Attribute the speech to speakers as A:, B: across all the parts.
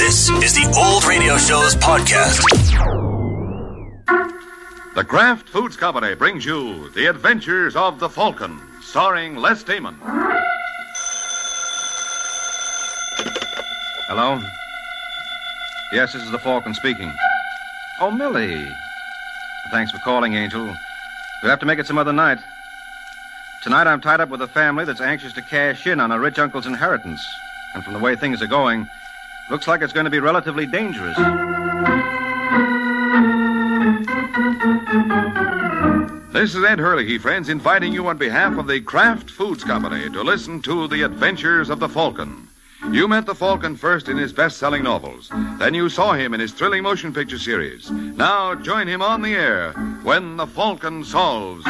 A: This is the Old Radio Show's podcast.
B: The Kraft Foods Company brings you The Adventures of the Falcon, starring Les Damon. Hello? Yes, this is the Falcon speaking. Oh, Millie. Thanks for calling, Angel. We'll have to make it some other night. Tonight I'm tied up with a family that's anxious to cash in on a rich uncle's inheritance. And from the way things are going, looks like it's going to be relatively dangerous. This is Ed Hurley, friends, inviting you on behalf of the Kraft Foods Company to listen to The Adventures of the Falcon. You met the Falcon first in his best selling novels. Then you saw him in his thrilling motion picture series. Now join him on the air when The Falcon solves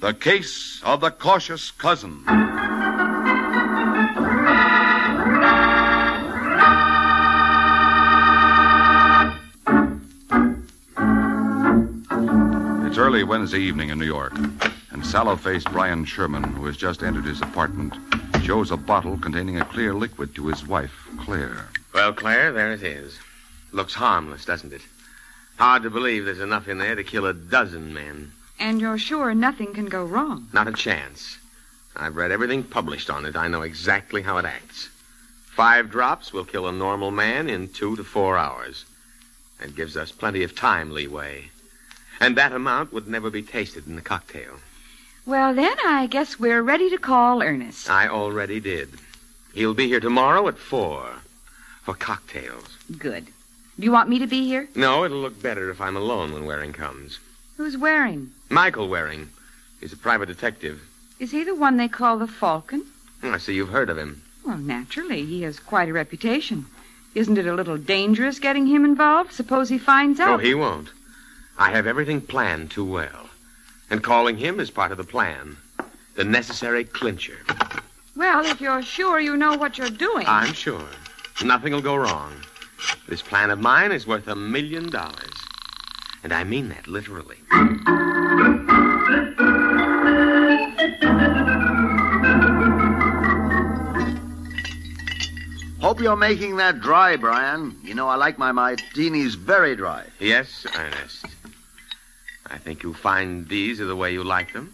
B: The Case of the Cautious Cousin. It's early Wednesday evening in New York, and sallow faced Brian Sherman, who has just entered his apartment, shows a bottle containing a clear liquid to his wife, Claire.
C: Well, Claire, there it is. Looks harmless, doesn't it? Hard to believe there's enough in there to kill a dozen men.
D: And you're sure nothing can go wrong.
C: Not a chance. I've read everything published on it. I know exactly how it acts. Five drops will kill a normal man in two to four hours. That gives us plenty of time leeway. And that amount would never be tasted in the cocktail.
D: Well, then I guess we're ready to call Ernest.
C: I already did. He'll be here tomorrow at four for cocktails.
D: Good. Do you want me to be here?
C: No, it'll look better if I'm alone when Waring comes.
D: Who's wearing?
C: Michael Waring. He's a private detective. Hmm,
D: Is he the one they call the Falcon?
C: I see you've heard of him.
D: Well, naturally, he has quite a reputation. Isn't it a little dangerous getting him involved? Suppose he finds
C: Oh,
D: out.
C: he won't. I have everything planned too well. And calling him is part of the plan. The necessary clincher.
D: Well, if you're sure you know what you're doing.
C: I'm sure. Nothing will go wrong. This plan of mine is worth a million dollars. And I mean that literally.
E: Hope you're making that dry, Brian. You know, I like my martinis very dry.
C: Yes, Ernest. I think you'll find these are the way you like them.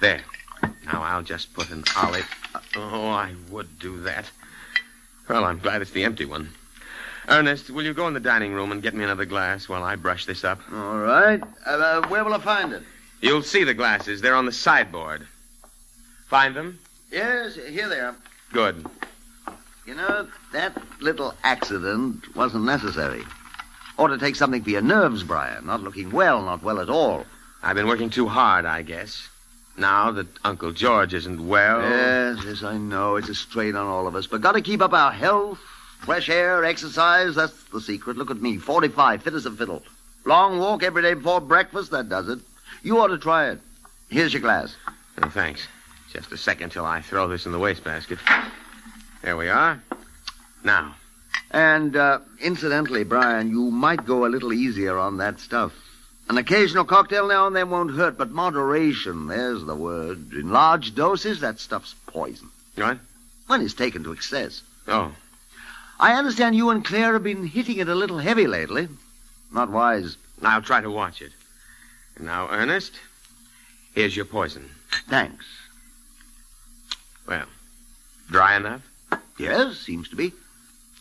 C: There. Now I'll just put an olive. Oh, I would do that. Well, I'm glad it's the empty one. Ernest, will you go in the dining room and get me another glass while I brush this up?
E: All right. Uh, uh, where will I find it?
C: You'll see the glasses. They're on the sideboard. Find them?
E: Yes, here they are.
C: Good.
E: You know, that little accident wasn't necessary. Ought to take something for your nerves, Brian. Not looking well, not well at all.
C: I've been working too hard, I guess. Now that Uncle George isn't well.
E: Yes, yes, I know. It's a strain on all of us. But got to keep up our health, fresh air, exercise. That's the secret. Look at me, 45, fit as a fiddle. Long walk every day before breakfast, that does it. You ought to try it. Here's your glass.
C: Oh, thanks. Just a second till I throw this in the wastebasket. There we are. Now,
E: And uh, incidentally, Brian, you might go a little easier on that stuff. An occasional cocktail now and then won't hurt, but moderation, there's the word. In large doses, that stuff's poison.
C: What?
E: When it's taken to excess.
C: Oh.
E: I understand you and Claire have been hitting it a little heavy lately. Not wise.
C: I'll try to watch it. Now, Ernest, here's your poison.
E: Thanks.
C: Dry enough?
E: Yes, seems to be.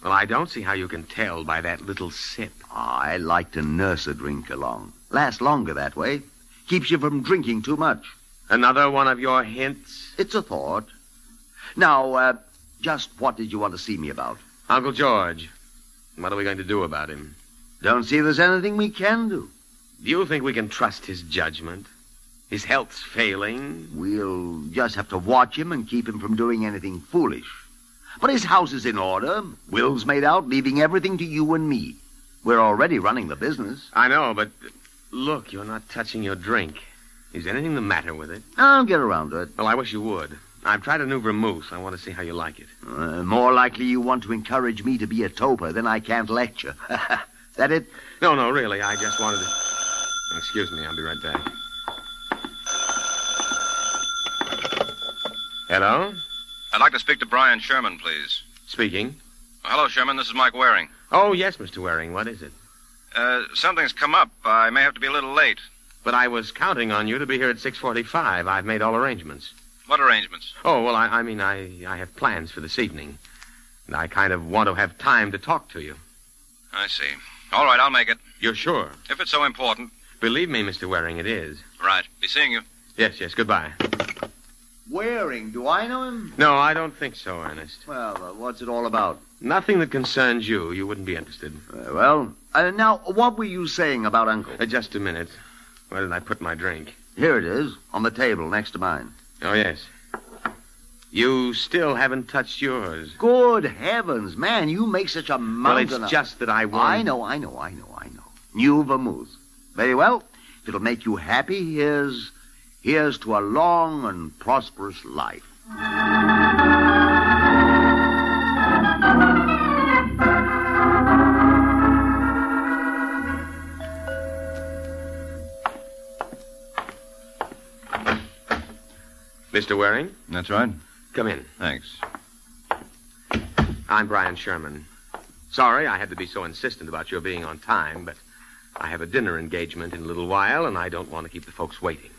C: Well, I don't see how you can tell by that little sip.
E: I like to nurse a drink along. Lasts longer that way. Keeps you from drinking too much.
C: Another one of your hints?
E: It's a thought. Now, uh, just what did you want to see me about?
C: Uncle George, what are we going to do about him?
E: Don't see there's anything we can do.
C: Do you think we can trust his judgment? His health's failing.
E: We'll just have to watch him and keep him from doing anything foolish. But his house is in order. Will's made out, leaving everything to you and me. We're already running the business.
C: I know, but look, you're not touching your drink. Is anything the matter with it?
E: I'll get around to it.
C: Well, I wish you would. I've tried a new vermouth. I want to see how you like it.
E: Uh, more likely you want to encourage me to be a toper, then I can't lecture. that it?
C: No, no, really. I just wanted to. Excuse me. I'll be right back. Hello?
B: I'd like to speak to Brian Sherman, please.
C: Speaking.
B: Hello, Sherman. This is Mike Waring.
C: Oh, yes, Mr. Waring. What is it?
B: Uh, something's come up. I may have to be a little late.
C: But I was counting on you to be here at 6.45. I've made all arrangements.
B: What arrangements?
C: Oh, well, I, I mean, I, I have plans for this evening. And I kind of want to have time to talk to you.
B: I see. All right, I'll make it.
C: You're sure?
B: If it's so important.
C: Believe me, Mr. Waring, it is.
B: Right. Be seeing you.
C: Yes, yes, goodbye.
E: Waring, do I know him?
C: No, I don't think so, Ernest.
E: Well, uh, what's it all about?
C: Nothing that concerns you. You wouldn't be interested.
E: Uh, well, uh, now, what were you saying about Uncle?
C: Uh, just a minute. Where did I put my drink?
E: Here it is, on the table next to mine.
C: Oh, yes. You still haven't touched yours.
E: Good heavens, man, you make such a
C: Well,
E: mountain
C: it's
E: of-
C: just that I
B: Mm.
C: want.
E: I know, I know, I know, I know. New vermouth. Very well. If it'll make you happy, here's here's to a long and prosperous life.
C: Mr. Waring,
B: That's right.
C: come in.
B: Thanks.
C: I'm Brian Sherman. Sorry I had to be so insistent about your being on time, but I have a dinner engagement in a little while, and I don't want to keep the folks waiting.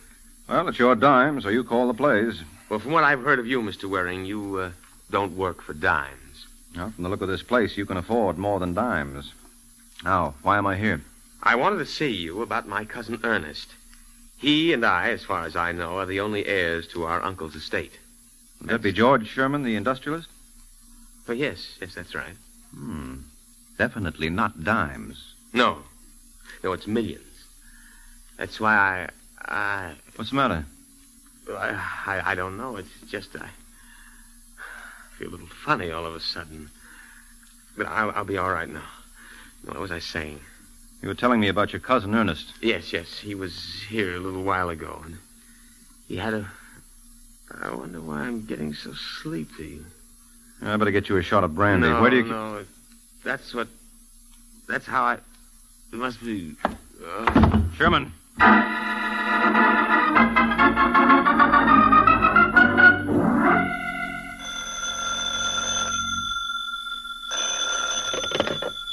B: Well, it's your dime, so you call the plays.
C: Well, from what I've heard of you, Mr. Waring, you uh, don't work for dimes.
B: Now, from the look of this place, you can afford more than dimes. Now, why am I here?
C: I wanted to see you about my cousin Ernest. He and I, as far as I know, are the only heirs to our uncle's estate.
B: Would that be George Sherman, the industrialist?
C: Oh, yes, yes, that's right.
B: Hmm. Definitely not dimes.
C: No. No, it's millions. That's why I. I.
B: What's the matter?
C: I, I don't know. It's just I feel a little funny all of a sudden. But I'll, I'll be all right now. What was I saying?
B: You were telling me about your cousin Ernest.
C: Yes, yes. He was here a little while ago, and he had a. I wonder why I'm getting so sleepy.
B: I better get you a shot of brandy.
C: No,
B: Where do you?
C: No, that's what. That's how I. It must be. Uh,
B: Sherman.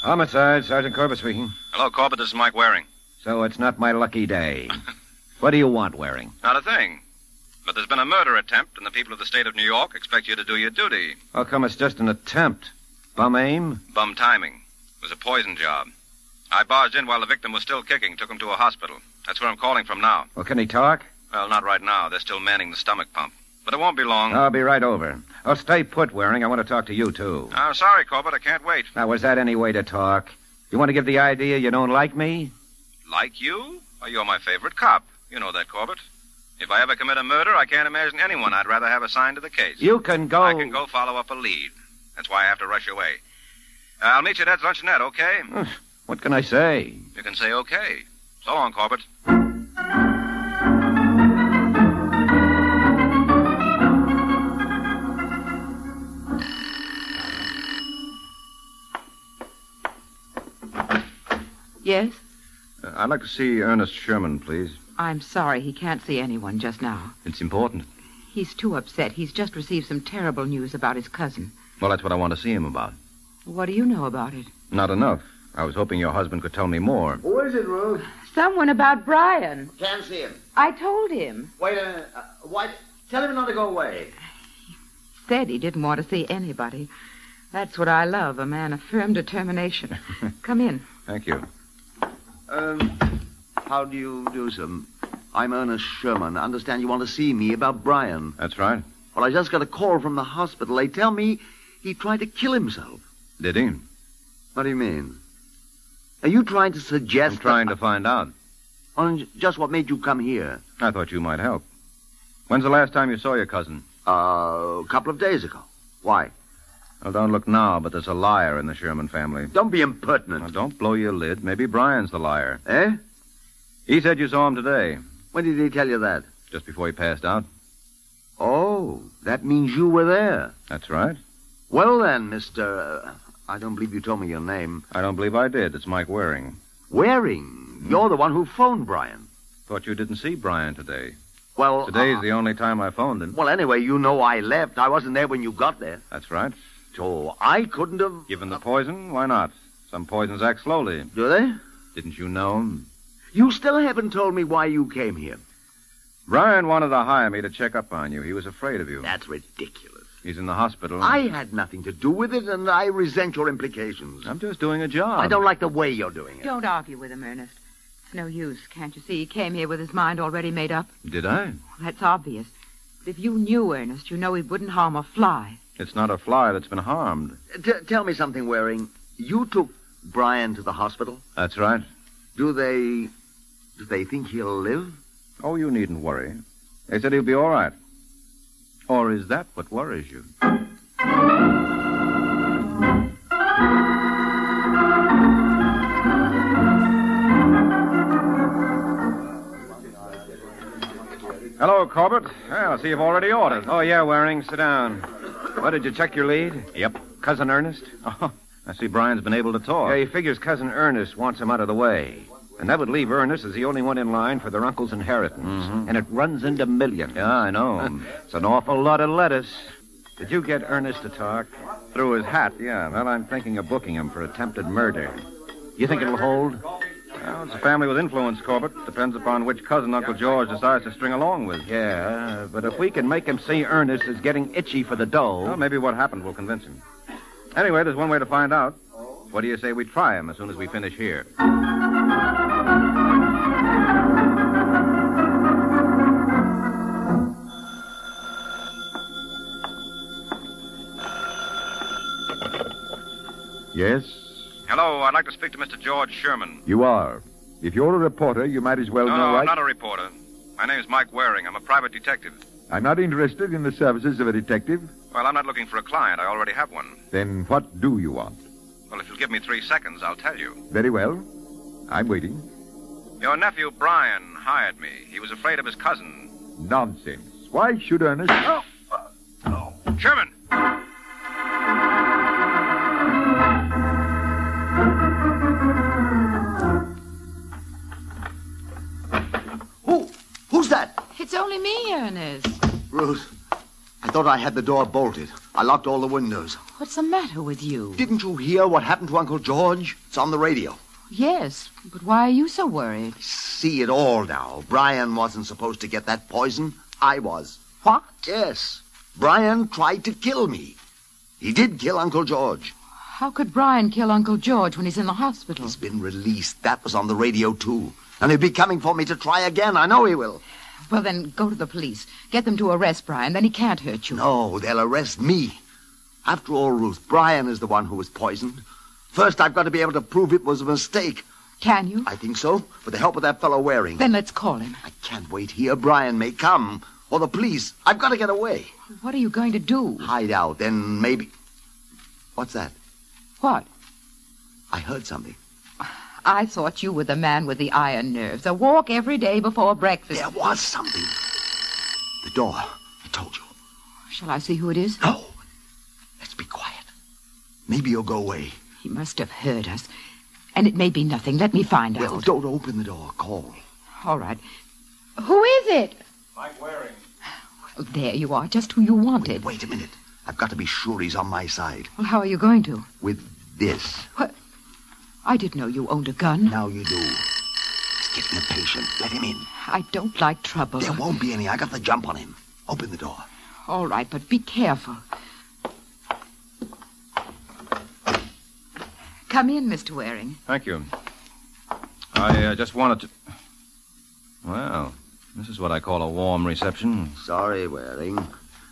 B: Homicide, uh, Sergeant Corbett speaking.
F: Hello, Corbett. This is Mike Waring.
B: So it's not my lucky day. What do you want, Waring?
F: Not a thing. But there's been a murder attempt, and the people of the state of New York expect you to do your duty.
B: How come it's just an attempt? Bum aim?
F: Bum timing. It was a poison job. I barged in while the victim was still kicking, took him to a hospital. That's where I'm calling from now.
B: Well, can he talk?
F: Well, not right now. They're still manning the stomach pump. But it won't be long.
B: I'll be right over. Oh, stay put, Waring. I want to talk to you, too.
F: I'm sorry, Corbett. I can't wait.
B: Now, was that any way to talk? You want to give the idea you don't like me?
F: Like you? Why, you're my favorite cop. You know that, Corbett. If I ever commit a murder, I can't imagine anyone I'd rather have assigned to the case.
B: You can go.
F: I can go follow up a lead. That's why I have to rush away. Uh, I'll meet you at Ed's luncheonette, okay?
B: What can I say?
F: You can say okay. So long, Corbett.
D: Yes?
B: Uh, I'd like to see Ernest Sherman, please.
D: I'm sorry he can't see anyone just now.
B: It's important.
D: He's too upset. He's just received some terrible news about his cousin.
B: Well, that's what I want to see him about.
D: What do you know about it?
B: Not enough. I was hoping your husband could tell me more.
E: Who is it, Ruth?
D: Someone about Brian.
E: Can't see him.
D: I told him.
E: Wait a minute. Uh, why? Tell him not to go away.
D: Said he didn't want to see anybody. That's what I love, a man of firm determination. Come in.
B: Thank you.
E: Um, how do you do, sir? I'm Ernest Sherman. I understand you want to see me about Brian.
B: That's right.
E: Well, I just got a call from the hospital. They tell me he tried to kill himself.
B: Did he?
E: What do you mean? Are you trying to suggest?
B: I'm trying
E: that-
B: to find out.
E: Oh, just what made you come here?
B: I thought you might help. When's the last time you saw your cousin?
E: Uh, a couple of days ago. Why?
B: Well, don't look now, but there's a liar in the Sherman family.
E: Don't be
B: Now,
E: impertinent.
B: don't blow your lid. Maybe Brian's the liar.
E: Eh?
B: He said you saw him today,
E: When did he tell you that?
B: just before he passed out.
E: Oh, that means you were there.
B: That's right.
E: Well then, Mister, uh, I don't believe you told me your name.
B: I don't believe I did. It's Mike Waring.
E: Waring. You're the one who phoned Brian.
B: Thought you didn't see Brian today.
E: Well,
B: Today's
E: uh,
B: the only time I phoned him.
E: well, anyway, you know I left. I wasn't there when you got there.
B: That's right.
E: Oh, I couldn't have.
B: Given the poison, why not? Some poisons act slowly.
E: Do they?
B: Didn't you know?
E: You still haven't told me why you came here.
B: Brian wanted to hire me to check up on you. He was afraid of you.
E: That's ridiculous.
B: He's in the hospital.
E: I had nothing to do with it, and I resent your implications.
B: I'm just doing a job.
E: I don't like the way you're doing it.
D: Don't argue with him, Ernest. It's no use, can't you see? He came here with his mind already made up.
B: Did I?
D: That's obvious. If you knew Ernest, you know he wouldn't harm a fly.
B: It's not a fly that's been harmed.
E: T- tell me something, Waring. You took Brian to the hospital.
B: That's right.
E: Do they. Do they think he'll live?
B: Oh, you needn't worry. They said he'll be all right. Or is that what worries you? Hello, Corbett. Well, I see you've already ordered.
F: Oh, yeah, Waring, sit down.
G: Well, did you check your lead?
B: Yep.
G: Cousin Ernest?
B: Oh, I see Brian's been able to talk.
G: Yeah, he figures Cousin Ernest wants him out of the way. And that would leave Ernest as the only one in line for their uncle's inheritance. And it runs into millions.
B: Mm-hmm. Yeah, I know.
G: It's an awful lot of lettuce. Did you get Ernest to talk?
B: Through his hat, yeah. Well, I'm thinking of booking him for attempted murder.
G: You think it'll hold?
B: Well, it's a family with influence, Corbett. Depends upon which cousin Uncle George decides to string along with.
G: Yeah, but if we can make him see Ernest is getting itchy for the dough.
B: Well, maybe what happened will convince him. Anyway, there's one way to find out. What do you say we try him as soon as we finish here?
H: Yes,
F: Hello, I'd like to speak to Mr. George Sherman.
H: you are. If you're a reporter, you might as well
B: Oh,
F: No,
H: know.
F: no,
H: I...
F: I'm not a reporter. My name's Mike Waring. I'm a private detective.
H: I'm not interested in the services of a detective.
F: Well, I'm not looking for a client. I already have one.
H: Then what do you want?
F: Well, if you'll give me three seconds, I'll tell you.
H: Very well. I'm waiting.
F: Your nephew, Brian, hired me. He was afraid of his cousin.
H: Nonsense. Why should Ernest?
B: Oh,
F: Sherman!
E: Who? Who's that?
D: It's only me, Ernest.
E: Ruth. I thought I had the door bolted. I locked all the windows.
D: What's the matter with you?
E: Didn't you hear what happened to Uncle George? It's on the radio.
D: Yes, but why are you so worried?
E: See it all now. Brian wasn't supposed to get that poison. I was.
D: What?
E: Yes. Brian tried to kill me. He did kill Uncle George.
D: How could Brian kill Uncle George when he's in the hospital?
E: He's been released. That was on the radio, too. And he'll be coming for me to try again. I know he will.
D: Well, then go to the police. Get them to arrest Brian. Then he can't hurt you.
E: No, they'll arrest me. After all, Ruth, Brian is the one who was poisoned. First, I've got to be able to prove it was a mistake.
D: Can you?
E: I think so, with the help of that fellow Waring.
D: Then let's call him.
E: I can't wait here. Brian may come. Or the police. I've got to get away.
D: What are you going to do?
E: Hide out, then maybe. What's that?
D: What?
E: I heard something.
D: I thought you were the man with the iron nerves. A walk every day before breakfast.
E: There was something. The door. I told you.
D: Shall I see who it is?
E: No. Let's be quiet. Maybe he'll go away.
D: He must have heard us. And it may be nothing. Let me find
E: Well,
D: out.
E: don't open the door. Call.
D: All right. Who is it?
F: Mike Waring.
D: There you are, just who you wanted.
E: Wait a minute. I've got to be sure he's on my side.
D: Well, how are you going to?
E: With this.
D: I didn't know you owned a gun.
E: Now you do. He's getting impatient. Let him in.
D: I don't like trouble.
E: There won't be any. I got the jump on him. Open the door.
D: All right, but be careful. Come in, Mr. Waring.
B: Thank you. I uh, just wanted to. Well, this is what I call a warm reception.
E: Sorry, Waring.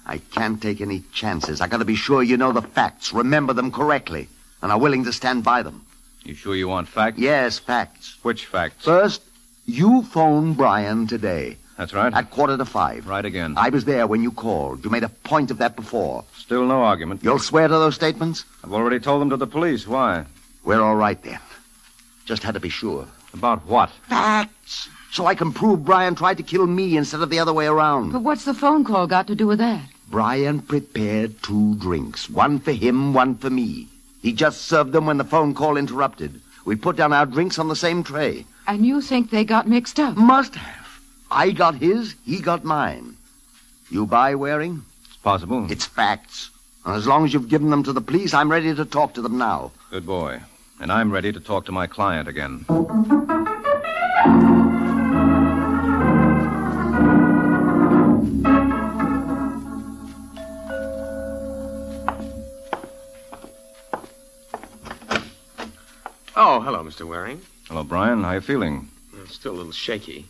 E: I can't take any chances. I gotta be sure you know the facts, remember them correctly, and are willing to stand by them.
B: You sure you want facts?
E: Yes, facts.
B: Which facts?
E: First, you phoned Brian today
B: That's right.
E: at quarter to five.
B: Right again.
E: I was there when you called. You made a point of that before.
B: Still no argument.
E: You'll swear to those statements?
B: I've already told them to the police. Why?
E: We're all right then. Just had to be sure.
B: About what?
E: Facts. So I can prove Brian tried to kill me instead of the other way around.
D: But what's the phone call got to do with that?
E: Brian prepared two drinks, one for him, one for me. He just served them when the phone call interrupted. We put down our drinks on the same tray.
D: And you think they got mixed up?
E: Must have. I got his, he got mine. You buy Waring?
B: It's possible.
E: It's facts.
I: And as long as you've given them to the police, I'm ready to talk to them now.
B: Good boy. And I'm ready to talk to my client again.
C: Oh, hello, Mr. Waring.
B: Hello, Brian. How you feeling?
C: I'm still a little shaky.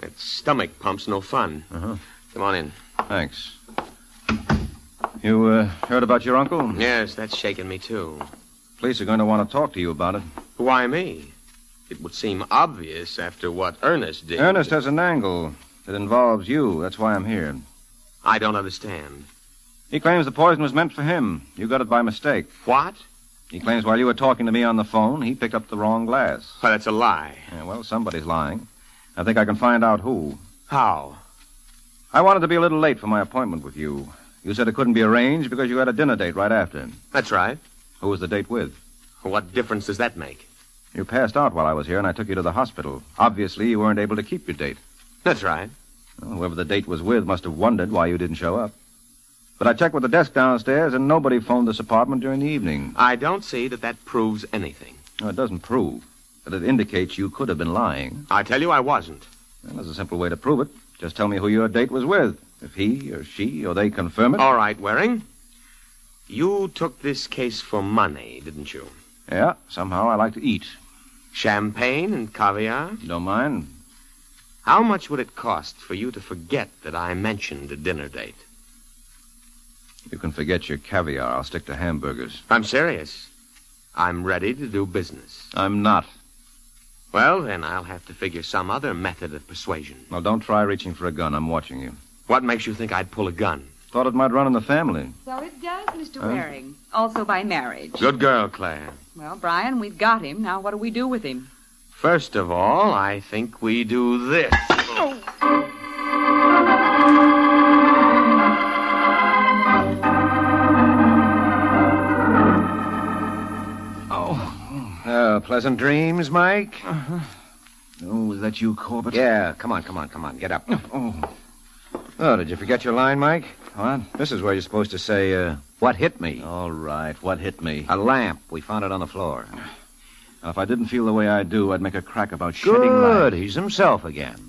C: That stomach pump's no fun.
B: Uh-huh.
C: Come on in.
B: Thanks. You uh, heard about your uncle?
C: Yes, that's shaking me, too.
B: Police are going to want to talk to you about it.
C: Why me? It would seem obvious after what Ernest did.
B: Ernest has an angle that involves you. That's why I'm here.
C: I don't understand.
B: He claims the poison was meant for him. You got it by mistake.
C: What?
B: He claims while you were talking to me on the phone, he picked up the wrong glass.
C: Well, that's a lie.
B: Yeah, well, somebody's lying. I think I can find out who.
C: How?
B: I wanted to be a little late for my appointment with you. You said it couldn't be arranged because you had a dinner date right after.
C: That's right.
B: Who was the date with?
C: What difference does that make?
B: You passed out while I was here, and I took you to the hospital. Obviously, you weren't able to keep your date.
C: That's right.
B: Well, whoever the date was with must have wondered why you didn't show up. But I checked with the desk downstairs, and nobody phoned this apartment during the evening.
C: I don't see that that proves anything.
B: Now, it doesn't prove, but it indicates you could have been lying.
C: I tell you, I wasn't.
B: And there's a simple way to prove it. Just tell me who your date was with. If he or she or they confirm it.
C: All right, Waring. You took this case for money, didn't you?
B: Yeah, somehow I like to eat.
C: Champagne and caviar?
B: You don't mind?
C: How much would it cost for you to forget that I mentioned a dinner date?
B: You can forget your caviar. I'll stick to hamburgers.
C: I'm serious. I'm ready to do business.
B: I'm not.
C: Well, then I'll have to figure some other method of persuasion.
B: Well, don't try reaching for a gun. I'm watching you.
C: What makes you think I'd pull a gun?
B: Thought it might run in the family.
D: So it does, Mr. Waring. Also by marriage.
C: Good girl, Claire.
D: Well, Brian, we've got him. Now, what do we do with him?
C: First of all, I think we do this.
E: Uh, pleasant dreams, Mike.
I: Uh-huh. Oh, was that you, Corbett?
E: Yeah, come on, come on, come on. Get up. Oh, did you forget your line, Mike?
B: What?
E: This is where you're supposed to say, uh, what hit me?
B: All right. What hit me?
E: A lamp. We found it on the floor.
B: Now, if I didn't feel the way I do, I'd make a crack about shedding light.
E: Good. He's himself again.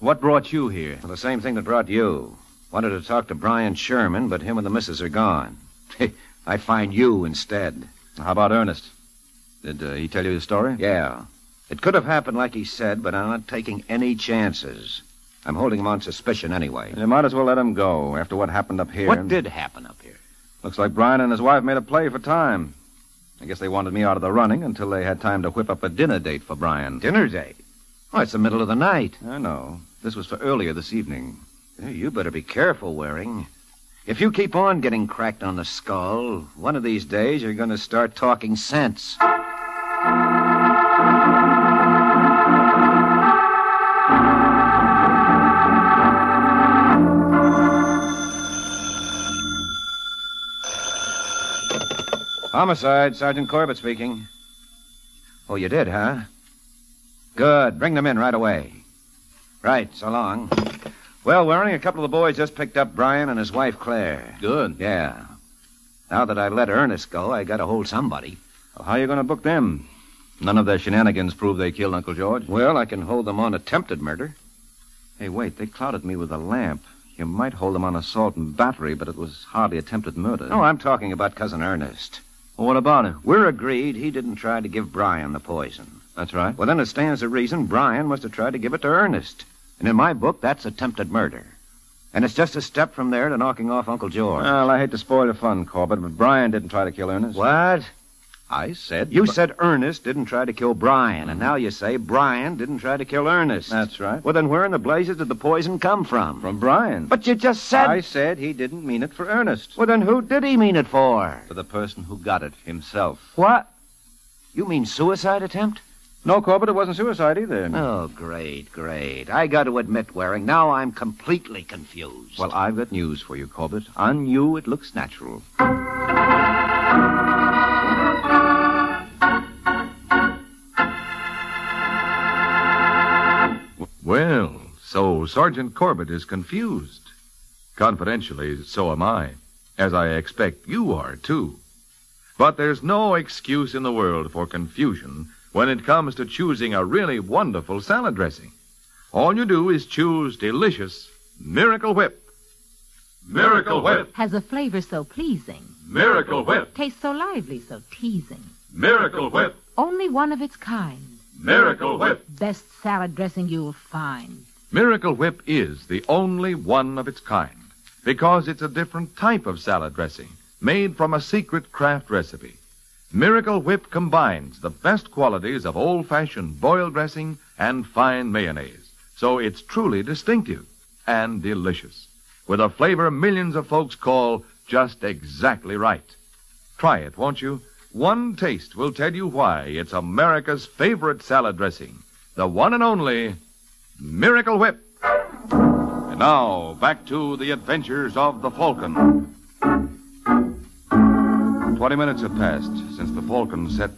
B: What brought you here?
E: Well, the same thing that brought you. Wanted to talk to Brian Sherman, but him and the missus are gone. I find you instead.
B: How about Ernest? Did uh, he tell you the story?
E: Yeah. It could have happened like he said, but I'm not taking any chances. I'm holding him on suspicion anyway.
B: You might as well let him go after what happened up here.
E: What did happen up here?
B: Looks like Brian and his wife made a play for time. I guess they wanted me out of the running until they had time to whip up a dinner date for Brian.
E: Dinner date. Why, it's the middle of the night.
B: I know. This was for earlier this evening.
E: Hey, You better be careful, Waring. If you keep on getting cracked on the skull, one of these days you're going to start talking sense.
B: Homicide, Sergeant Corbett speaking.
E: Oh, you did, huh? Good. Bring them in right away. Right, so long. Well, Waring, a couple of the boys just picked up Brian and his wife, Claire.
B: Good.
E: Yeah. Now that I let Ernest go, I got to hold somebody.
B: Well, how are you going to book them? None of their shenanigans prove they killed Uncle George.
E: Well, I can hold them on attempted murder.
B: Hey, wait, they clouded me with a lamp. You might hold them on assault and battery, but it was hardly attempted murder.
E: No, I'm talking about Cousin Ernest.
B: Well, what about him?
E: We're agreed he didn't try to give Brian the poison.
B: That's right.
E: Well, then it stands to reason Brian must have tried to give it to Ernest. And in my book, that's attempted murder. And it's just a step from there to knocking off Uncle George.
B: Well, I hate to spoil the fun, Corbett, but Brian didn't try to kill Ernest.
E: what?
B: I said.
E: You said Ernest didn't try to kill Brian, and now you say Brian didn't try to kill Ernest.
B: That's right.
E: Well, then where in the blazes did the poison come from?
B: From Brian.
E: But you just said.
B: I said he didn't mean it for Ernest.
E: Well, then who did he mean it for?
B: For the person who got it himself.
E: What? You mean suicide attempt?
B: No, Corbett, it wasn't suicide either.
E: Oh, great, great. I got to admit, Waring, now I'm completely confused.
B: Well, I've got news for you, Corbett. On you, it looks natural.
J: Well, so Sergeant Corbett is confused. Confidentially, so am I.
B: as I expect you are, too. But there's no excuse in the world for confusion when it comes to choosing a really wonderful salad dressing. All you do is choose delicious Miracle Whip. Miracle Whip.
K: Has a flavor so pleasing.
B: Miracle Whip.
K: Tastes so lively, so teasing.
B: Miracle Whip.
K: Only one of its kind.
B: Miracle Whip.
K: Best salad dressing you'll find.
B: Miracle Whip is the only one of its kind because it's a different type of salad dressing made from a secret craft recipe. Miracle Whip combines the best qualities of old fashioned boiled dressing and fine mayonnaise, so it's truly distinctive and delicious with a flavor millions of folks call just exactly right. Try it, won't you? One taste will tell you why it's America's favorite salad dressing, the one and only Miracle Whip.
F: And now, back to the adventures of the Falcon. Twenty minutes had passed since the Falcon set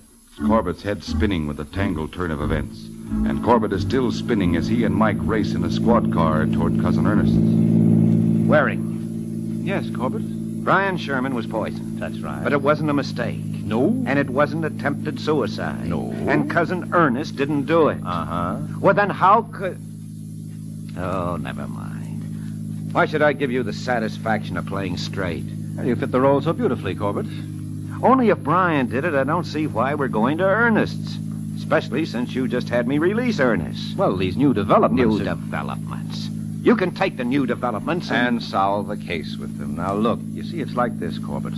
F: Corbett's head spinning with the tangled turn of events. And Corbett is still spinning as he and Mike race in a squad car toward Cousin Ernest's.
E: Waring.
F: Yes, Corbett?
E: Brian Sherman was poisoned.
F: That's right.
E: But it wasn't a mistake.
F: No.
E: And it wasn't attempted suicide.
F: No.
E: And cousin Ernest didn't do it.
F: Uh huh.
E: Well, then how could. Oh, never mind. Why should I give you the satisfaction of playing straight?
F: Well, you fit the role so beautifully, Corbett.
E: Only if Brian did it, I don't see why we're going to Ernest's. Especially since you just had me release Ernest.
F: Well, these new developments.
E: New developments. You can take the new developments and...
F: and solve the case with them. Now, look, you see, it's like this, Corbett.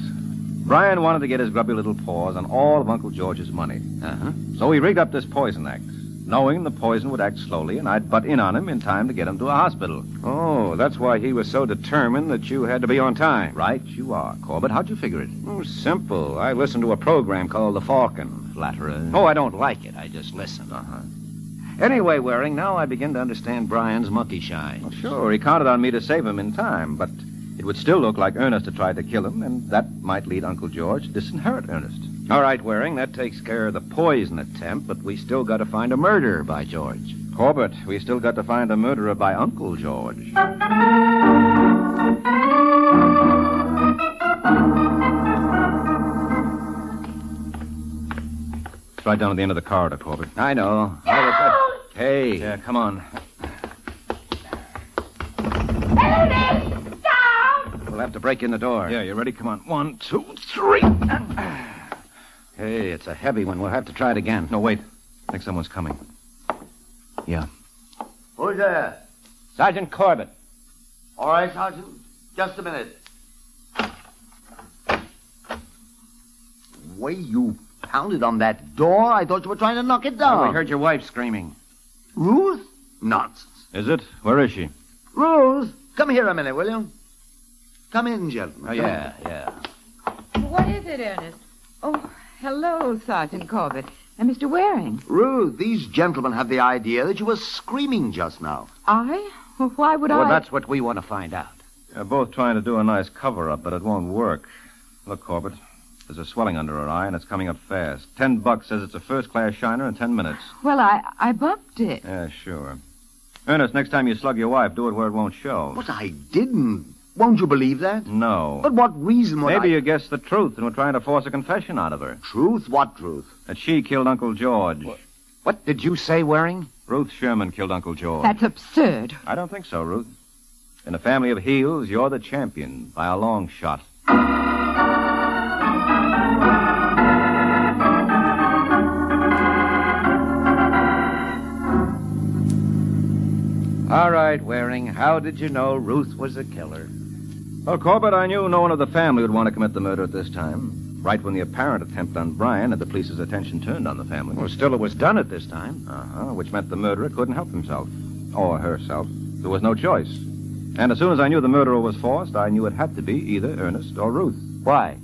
F: Brian wanted to get his grubby little paws on all of Uncle George's money.
E: Uh-huh.
F: So he rigged up this poison act, knowing the poison would act slowly, and I'd butt in on him in time to get him to a hospital.
E: Oh, that's why he was so determined that you had to be on time.
F: Right you are, Corbett. How'd you figure it?
E: Oh, simple. I listened to a program called The Falcon.
F: Flatterer.
E: Oh, I don't like it. I just listened.
F: Uh-huh.
E: Anyway, Waring, now I begin to understand Brian's monkey shine.
F: Well, sure, he counted on me to save him in time, but it would still look like Ernest had tried to kill him, and that might lead Uncle George to disinherit Ernest.
E: All right, Waring, that takes care of the poison attempt, but we still got to find a murderer by George.
F: Corbett, we still got to find a murderer by Uncle George. It's right down at the end of the corridor, Corbett.
E: I know. Hey.
F: Yeah, come on.
E: We'll have to break in the door.
F: Yeah, you ready? Come on. One, two,
E: Three. Hey, it's a heavy one. We'll have to try it again.
F: No, wait. I think someone's coming. Yeah.
L: Who's there?
E: Sergeant Corbett.
L: All right, Sergeant. Just a minute. Way you pounded on that door. I thought you were trying to knock it down.
E: Oh, we heard your wife screaming.
L: Ruth? Nonsense.
F: Is it? Where is she?
L: Ruth, come here a minute, will you? Come in, gentlemen.
E: Oh,
L: Come
E: yeah, yeah.
D: What is it, Ernest? Oh, hello, Sergeant Corbett. And Mr. Waring.
L: in. Ruth, these gentlemen have the idea that you were screaming just now.
D: I? Well, why would
E: well,
D: I?
E: that's what we want to find out.
F: They're both trying to do a nice cover up, but it won't work. Look, Corbett, there's a swelling under her eye, and it's coming up fast. Ten bucks says it's a first class shiner in ten minutes.
D: Well, I, I bumped it.
F: Yeah, sure. Ernest, next time you slug your wife, do it where it won't show.
L: But I didn't. Won't you believe that?
F: No.
L: But what reason would
F: Maybe
L: I...
F: you guessed the truth and were trying to force a confession out of her.
L: Truth? What truth?
F: That she killed Uncle George.
E: What did you say, Waring?
F: Ruth Sherman killed Uncle George.
D: That's absurd.
F: I don't think so, Ruth. In a family of heels, you're the champion by a long shot.
E: All right, Waring. How did you know Ruth was a killer?
F: Well, Corbett, I knew no one of the family would want to commit the murder at this time. Right when the apparent attempt on Brian had the police's attention turned on the family.
E: Well, still, it was done at this time.
F: Uh-huh, which meant the murderer couldn't help himself. Or herself. There was no choice. And as soon as I knew the murderer was forced, I knew it had to be either Ernest or Ruth.
E: Why?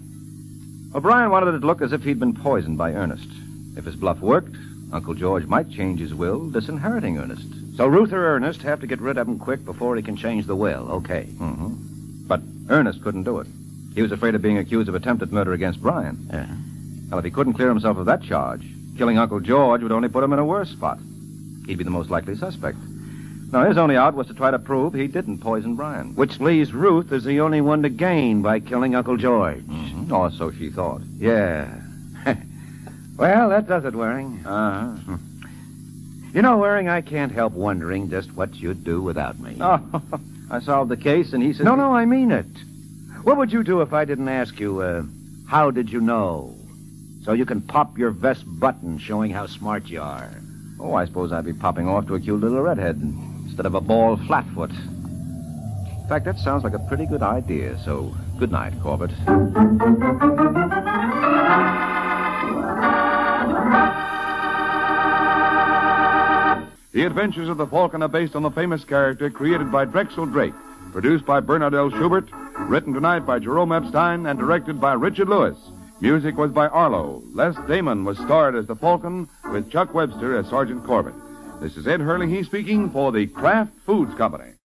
F: Well, Brian wanted it to look as if he'd been poisoned by Ernest. If his bluff worked, Uncle George might change his will, disinheriting Ernest.
E: So Ruth or Ernest have to get rid of him quick before he can change the will. Okay.
F: Mm-hmm. But Ernest couldn't do it. He was afraid of being accused of attempted murder against Brian.
E: Yeah.
F: Well, if he couldn't clear himself of that charge, killing Uncle George would only put him in a worse spot. He'd be the most likely suspect.
M: No, his only out was to try to prove he didn't poison Brian.
E: Which leaves Ruth as the only one to gain by killing Uncle George.
M: Mm-hmm. Or so she thought.
E: Yeah. well, that does it, Waring. Hmm.
M: Uh huh.
E: You know, Waring, I can't help wondering just what you'd do without me.
M: Oh, I solved the case, and he said.
E: No, no, I mean it. What would you do if I didn't ask you, uh, how did you know? So you can pop your vest button showing how smart you are.
M: Oh, I suppose I'd be popping off to a cute little redhead instead of a bald
E: Ah.
M: flatfoot. In fact, that sounds like a pretty good idea, so good night, Corbett.
B: The Adventures of the Falcon are based on the famous character created by Drexel Drake, produced by Bernard L. Schubert, written tonight by Jerome Epstein, and directed by Richard Lewis. Music was by Arlo. Les Damon was starred as the Falcon, with Chuck Webster as Sergeant Corbett. This is Ed Hurley, he's speaking for the Kraft Foods Company.